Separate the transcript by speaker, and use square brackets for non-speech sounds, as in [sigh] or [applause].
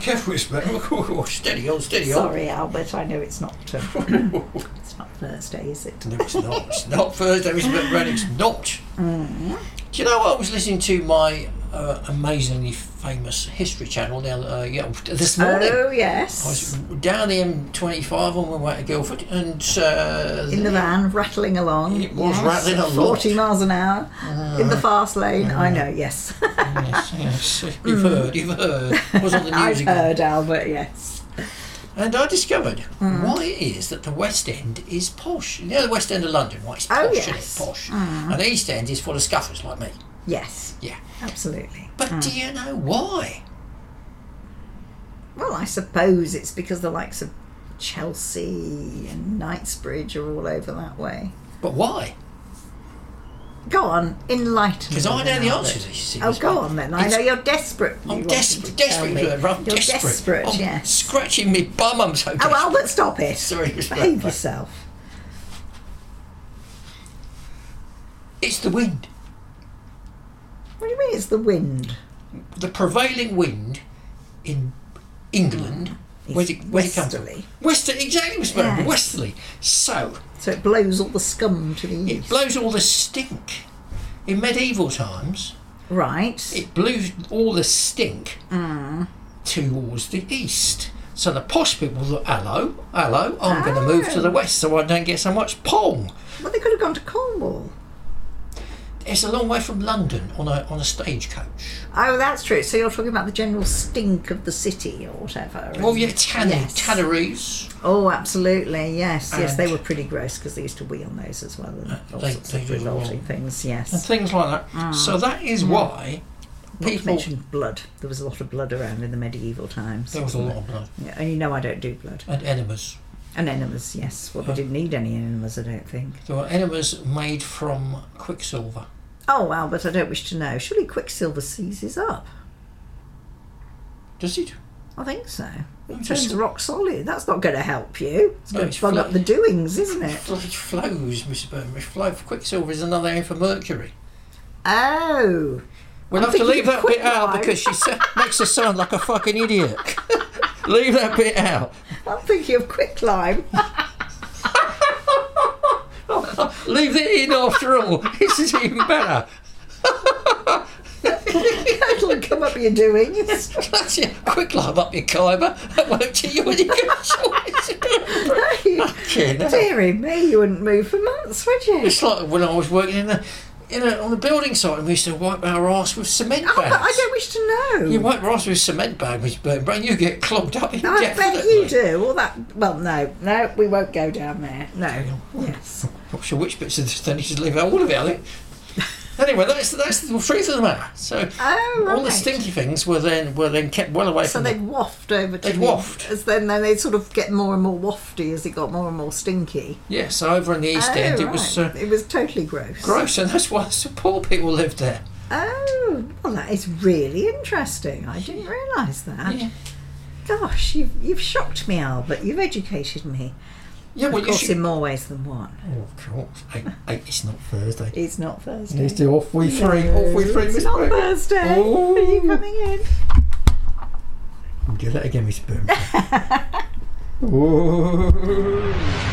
Speaker 1: careful, it's [laughs] man. steady on, steady on.
Speaker 2: Sorry, Albert. I know it's not.
Speaker 1: [laughs]
Speaker 2: Uh, it's not Thursday, is it?
Speaker 1: No, it's not. It's not Thursday. It's Red. It's not.
Speaker 2: Mm-hmm.
Speaker 1: Do you know what? I was listening to my uh, amazingly famous History Channel now. Uh, yeah, this morning.
Speaker 2: Oh
Speaker 1: I was
Speaker 2: yes.
Speaker 1: down the M25 on my way to Guildford, and uh,
Speaker 2: In the van, rattling along.
Speaker 1: It was
Speaker 2: Yes,
Speaker 1: rattling
Speaker 2: at
Speaker 1: along. Ah.
Speaker 2: Forty miles an hour in the fast lane. I know. Yes.
Speaker 1: yes, yes, you've heard, you've heard. It was on the
Speaker 2: Mm. [laughs] I've
Speaker 1: news again.
Speaker 2: heard Albert. Yes.
Speaker 1: And I discovered
Speaker 2: Mm.
Speaker 1: why it is that the West End is posh. You know the West End of London, right? It's
Speaker 2: Oh,
Speaker 1: posh, isn't
Speaker 2: yes. Mm.
Speaker 1: it? Posh. And the East End is full of scuffers like me.
Speaker 2: Yes.
Speaker 1: Yeah.
Speaker 2: Absolutely.
Speaker 1: But do you know why?
Speaker 2: Well, I suppose it's because the likes of Chelsea and Knightsbridge are all over that way.
Speaker 1: But why?
Speaker 2: Go on, enlighten.
Speaker 1: Because I
Speaker 2: me
Speaker 1: know
Speaker 2: then,
Speaker 1: the
Speaker 2: Albert.
Speaker 1: answer to this.
Speaker 2: Oh, go on then. I
Speaker 1: It's-
Speaker 2: know you're desperate. you
Speaker 1: I'm
Speaker 2: wanted
Speaker 1: desperate,
Speaker 2: to tell
Speaker 1: desperate,
Speaker 2: me.
Speaker 1: You're I'm
Speaker 2: You're
Speaker 1: desperate.
Speaker 2: desperate,
Speaker 1: I'm
Speaker 2: yes.
Speaker 1: scratching me bum, I'm so
Speaker 2: Oh,
Speaker 1: desperate.
Speaker 2: Albert, stop it.
Speaker 1: Sorry, it's
Speaker 2: Behave
Speaker 1: right.
Speaker 2: yourself.
Speaker 1: It's the wind.
Speaker 2: What do you mean it's the wind?
Speaker 1: the prevailing wind in England. Where's it, where's it come from?
Speaker 2: Hmm. Westerly.
Speaker 1: Westerly, exactly, Miss Brown,
Speaker 2: Yes.
Speaker 1: westerly. So
Speaker 2: So it blows all the scum to the
Speaker 1: it
Speaker 2: east.
Speaker 1: blows all the stink. In medieval times,
Speaker 2: right.
Speaker 1: it blew all the stink towards the east. So the posh people thought, hello, hello, I'm going to move to the west so I don't get so much pong.
Speaker 2: well, they could have gone to Cornwall.
Speaker 1: It's a long way from London on a, on a stagecoach.
Speaker 2: Oh, that's true. So you're talking about the general stink of the city or whatever.
Speaker 1: Well,
Speaker 2: and-
Speaker 1: Oh, yeah, tannery,
Speaker 2: Yes.
Speaker 1: tanneries.
Speaker 2: Oh, absolutely. Yes, yes. They
Speaker 1: And- Uh,
Speaker 2: were pretty gross because they used to wee on those as well and all
Speaker 1: they-
Speaker 2: sorts
Speaker 1: they
Speaker 2: of
Speaker 1: do as well.
Speaker 2: revolting things. Yes.
Speaker 1: and things like that. So that is why
Speaker 2: Ah. Mm. Not to
Speaker 1: people.
Speaker 2: mention blood. There was a lot of blood around in the medieval times.
Speaker 1: There was a lot of blood
Speaker 2: Yeah, and you know I don't do blood.
Speaker 1: and enemas.
Speaker 2: And enemas, yes. Well, they didn't need any enemas, I don't think.
Speaker 1: There were enemas made from quicksilver.
Speaker 2: Oh, Albert, I don't wish to know. Surely Quicksilver seizes up.
Speaker 1: Does it?
Speaker 2: I think so. It
Speaker 1: just-
Speaker 2: turns rock solid. That's not going to help you. It's
Speaker 1: No,
Speaker 2: going
Speaker 1: it's
Speaker 2: to bug
Speaker 1: flat.
Speaker 2: up the doings, isn't
Speaker 1: It
Speaker 2: it?
Speaker 1: flows, Mr. Burnham. It flows. Quicksilver is another name for mercury.
Speaker 2: Oh.
Speaker 1: We'll
Speaker 2: I'm
Speaker 1: have to
Speaker 2: thinking
Speaker 1: leave
Speaker 2: of
Speaker 1: that bit out
Speaker 2: quicklime.
Speaker 1: because she sa- makes us sound like a fucking idiot. [laughs] leave that bit out.
Speaker 2: I'm thinking of quicklime. [laughs]
Speaker 1: Leave it in after all. [laughs] This is even better.
Speaker 2: It'll come up your doings.
Speaker 1: That's it. Quick lime up your Khyber. That won't do you any good. [laughs] Fucking hell.
Speaker 2: Dearie me, you wouldn't move for months, would you?
Speaker 1: It's like when I was working in the, in a, on the building site and we used to wipe our ass with cement bags.
Speaker 2: Oh, but I don't wish to know.
Speaker 1: You wipe your ass with cement bag, Miss Burnbrain, you get clogged up
Speaker 2: I
Speaker 1: indefinitely.
Speaker 2: bet you do. All that. Well, no, no, we won't go down there. No. Yes.
Speaker 1: Not sure which bits of this then you should leave out all of it, I think. [laughs] Anyway, that's that's the truth of the matter. So
Speaker 2: Oh,
Speaker 1: all the
Speaker 2: right.
Speaker 1: stinky things were then were then kept well away
Speaker 2: So
Speaker 1: from
Speaker 2: they'd waft over to
Speaker 1: They'd
Speaker 2: you.
Speaker 1: waft.
Speaker 2: As then, then they'd sort of get more and more wafty as it got more and more stinky.
Speaker 1: the yeah. So over in the east
Speaker 2: oh,
Speaker 1: end, it
Speaker 2: right.
Speaker 1: was uh,
Speaker 2: it was totally gross.
Speaker 1: gross, and that's why the poor people lived there.
Speaker 2: Oh, well, that is really interesting. I didn't realise that.
Speaker 1: Yeah.
Speaker 2: Gosh, you've, you've shocked me, Albert. You've educated me.
Speaker 1: Yeah, well,
Speaker 2: Of course,
Speaker 1: you
Speaker 2: in
Speaker 1: should.
Speaker 2: more ways than one.
Speaker 1: Oh, of course, Hey, hey, it's not Thursday.
Speaker 2: It's not Thursday.
Speaker 1: It's the off we three, off we three,
Speaker 2: It's
Speaker 1: Miss
Speaker 2: not
Speaker 1: Burnbrain.
Speaker 2: Thursday. Are you
Speaker 1: Oh.
Speaker 2: coming in? [laughs]
Speaker 1: Do that again, Miss Boom. Whoa.